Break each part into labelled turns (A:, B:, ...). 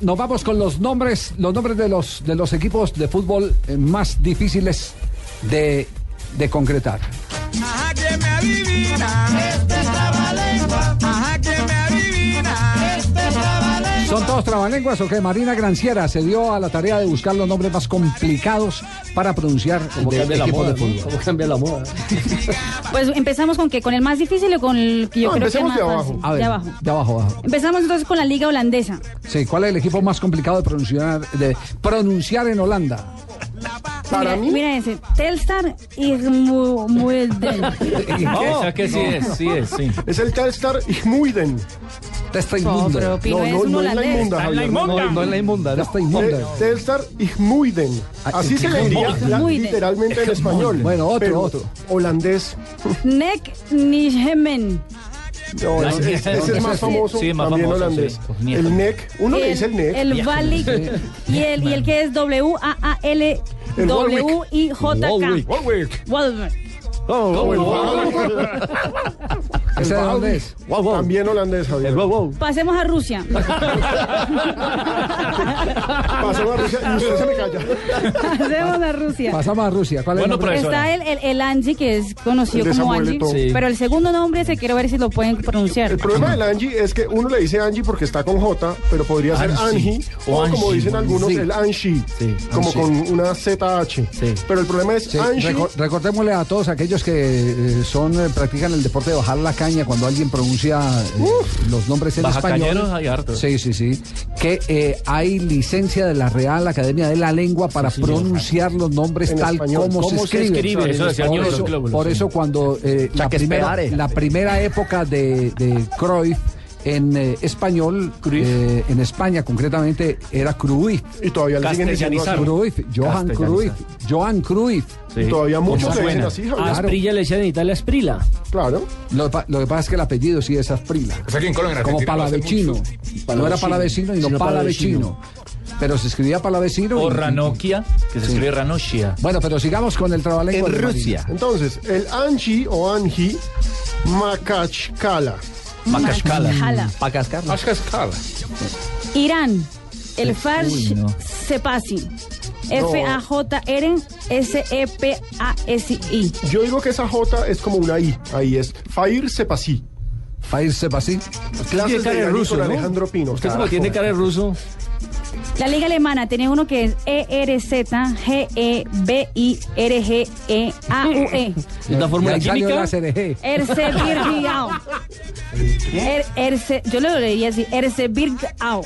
A: Nos vamos con los nombres, los nombres de los de los equipos de fútbol eh, más difíciles de, de concretar.
B: Ajá que me adivina, este es trabalengua. Ajá que me adivina, este es trabalengua.
A: ¿Son todos trabalenguas o qué? Marina Granciera se dio a la tarea de buscar los nombres más complicados para pronunciar
C: Como
A: de
C: cambia la
A: equipos
C: moda,
A: de fútbol.
C: ¿no? Como cambia la moda.
D: Pues empezamos con qué, con el más difícil o con el que yo
E: No,
D: creo que es
E: empecemos
D: más
E: de
D: fácil?
E: abajo.
A: A ver,
D: De abajo.
A: de abajo, abajo.
D: Empezamos entonces con la liga holandesa.
A: Sí, ¿cuál es el equipo más complicado de pronunciar, de pronunciar en Holanda?
D: mira,
E: Para mí,
D: mira ese, Telstar y Muelden.
F: Esa que sí es, sí es, sí.
E: es el Telstar Igmuiden.
A: Testa inmunda.
D: pero Pino
E: No,
D: es
E: no,
D: un
E: no es la
D: holandés.
E: inmunda,
F: Está en la
E: Javier.
F: inmunda.
A: No es la inmunda, Testa
E: Te-
C: Eh,
A: inmunda.
E: Telstar Igmuiden.
A: Ah,
E: Así se le diría la-
D: Igmuiden.
E: literalmente en español.
A: Bueno, otro,
E: Pero
A: otro.
E: Holandés.
D: Nek Nijmen.
E: No,
F: No,
E: ese, ese
F: ese
E: es más
F: es-
E: famoso.
F: sí, más
E: también
F: famoso,
E: holandés.
F: sí. pues, Nieto.
E: El NEC. Uno le dice el E NEC.
D: El Valik y el, y el que es W-A-A-L.
E: El Warwick.
D: W I J K Walberg. E
A: ¿Ese de dónde es?
E: También holandés, Javier.
D: Pasemos a Rusia.
E: Pasó a Rusia y usted se me calla.
D: Pasemos a Rusia.
A: Pasamos a Rusia. ¿Cuál es el
F: Bueno,
A: nombre?
F: profesor.
D: Está el, el, el Angie, que es conocido
E: El de
D: como
E: Samuel
D: Angie.
E: Eto'o.
F: Sí.
D: Pero el segundo nombre se quiero ver si lo pueden pronunciar.
E: El problema del Angie es que uno le dice Angie porque está con J, pero podría ser
F: Angie.
E: Angie o,
F: O
E: como
F: Angie,
E: dicen algunos,
A: sí.
E: el Angie,
F: Sí,
E: como
F: Angie.
E: con una ZH.
F: Sí.
E: Pero el problema es
A: Sí,
E: Angie.
A: reco- recordémosle a todos aquellos que eh, son eh, practican el deporte de bajar la caña cuando alguien pronuncia eh, los nombres en
F: Bajacañeros
A: español.
F: hay hartos.
A: Sí, sí, sí. Que eh, hay licencia de la Real Academia de la Lengua para pronunciar los nombres
E: En
A: tal
E: español.
A: como se
E: ¿Cómo se
A: escriben.
F: escribe? Eso decía
A: por
F: Ñoro,
A: eso,
F: el glóbulo,
A: por
F: sí.
A: eso cuando eh, la, primera, la primera época de, de Cruyff en eh, español, eh, en España concretamente, era Cruyff.
E: Y todavía le siguen diciendo así.
F: Castellanizar.
A: Cruyff, Johan Cruyff, Johan Cruyff.
F: Sí.
E: Y todavía
F: ¿Cómo
E: muchos le dicen
F: suena?
E: así,
A: Ah,
E: Javier.
A: Asprilla
C: le echan en Italia Sprila.
E: Claro.
A: Lo, pa- lo que pasa es que el apellido sí es Asprila. como palavecino. No era palavecino y no
C: sino palavecino.
A: palavecino. Pero se escribía palavecino.
F: O
A: y-
F: Ranokia, que se escribe Ranoshia.
A: Bueno, pero sigamos con el trabalengua. de Marina.
E: Entonces, el Angie o Angie Macachcala.
D: Machala. Irán. El Farsh
F: no.
D: Sepasi. E F-A-J-R-S-E-P-A-S-I.
E: Yo digo que esa J es como una I. Ahí es. Fair Sepasí.
A: Fair Sepasi.
E: Clases
C: cara de
E: de Dani
C: ruso,
E: con
C: ¿no?
E: Alejandro Pino.
C: Usted como
E: carajo.
C: tiene cara de ruso.
D: La liga alemana tenía uno que es E E E-R-Z-G-E-B-I-R-G-E-A-U-E.
C: Es la
A: Y
C: fórmula
A: ahí salió
C: química.
A: la CRG.
D: Erse Birgau. Er, Erse- yo lo leería así. Erse Birgau.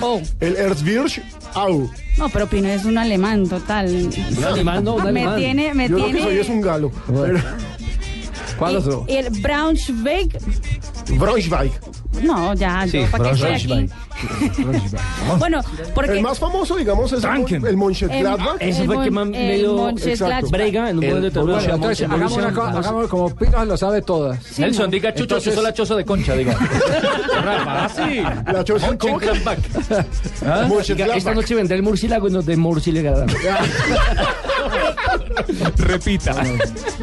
D: Oh.
E: El Erzbirch Au.
D: No, pero Pino es un alemán total.
C: Un alemán, no, un
D: me
C: alemán.
D: tiene, me
E: Yo lo
D: tiene.
E: que soy es un galo.
A: Bueno. ¿Cuál otro?
D: Y el Braunschweig.
E: Braunschweig.
D: No, ya,
C: Sí,
D: yo, ¿para qué estoy aquí?
C: Braunschweig.
D: Bueno, porque.
E: El más famoso, digamos, es
F: Franken.
E: el Mönchengladbach.
D: el
C: Ese fue el que
D: Mon-
C: más
D: el
C: medio
D: Mönchengladbach.
C: brega en un
F: El
C: poder de
F: Borussia
A: Bueno,
C: Borussia
A: entonces,
C: Mönchengladbach.
A: hagamos una cosa, hagamos como Pino lo sabe todas.
D: sí,
F: Nelson,
D: no.
F: diga chucho,
A: Entonces-
F: chucho, la choza de concha, diga. Rafa, sí.
E: La choza- ¿cómo que?
F: Mönchengladbach.
C: ah, Diga, Esta
E: Mönchengladbach.
C: noche vendrá el murciélago y nos de murciélago.
F: Repita.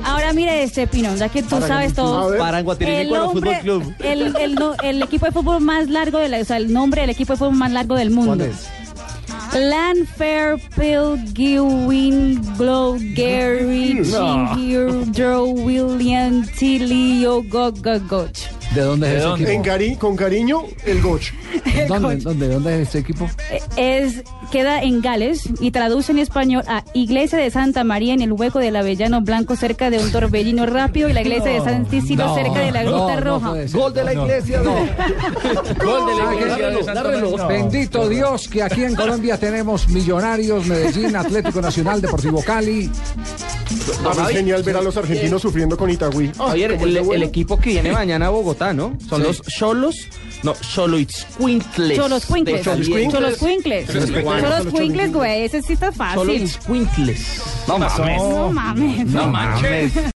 D: Ahora mira este, Pino, ya que tú sabes
E: A
D: todo.
E: ver.
D: El, nombre, el, el no- el equipo de fútbol más largo, de la- o sea, el nombre del equipo de fútbol más largo del mundo.
A: ¿Cuál es?
D: Lanfair, Phil, Gewin, Glow, Gary, Jr., Joe, William, Tilio, Go, Go, Goch.
A: ¿De dónde
F: ¿De
A: es ese
F: dónde?
E: En
A: equipo?
E: cari- con cariño, el Goch.
A: ¿Dónde, dónde, dónde es ese equipo?
D: Es, queda en Gales y traduce en español a Iglesia de Santa María en el hueco del Avellano Blanco cerca de un torbellino rápido y la Iglesia de San Cicilo cerca de la Gruta Roja.
A: Gol de la iglesia.
F: Gol de la iglesia de Santa María.
A: Bendito Dios que aquí en Colombia tenemos Millonarios, Medellín, Atlético Nacional, Deportivo Cali.
E: A ver, genial ver a los argentinos sufriendo con Itagüí. Ah,
G: Javier,
E: como
G: el,
E: yo, bueno.
G: el equipo que viene mañana a Bogotá, ¿no? Son los Cholos, no, Choloitzcuintles.
D: Cholos Cuincles.
G: de Cali.
D: Cholos Cuincles. Cholos Cuincles, güey. Ese sí está fácil.
G: Choloitzcuintles. No mames.
D: No mames.
F: No manches.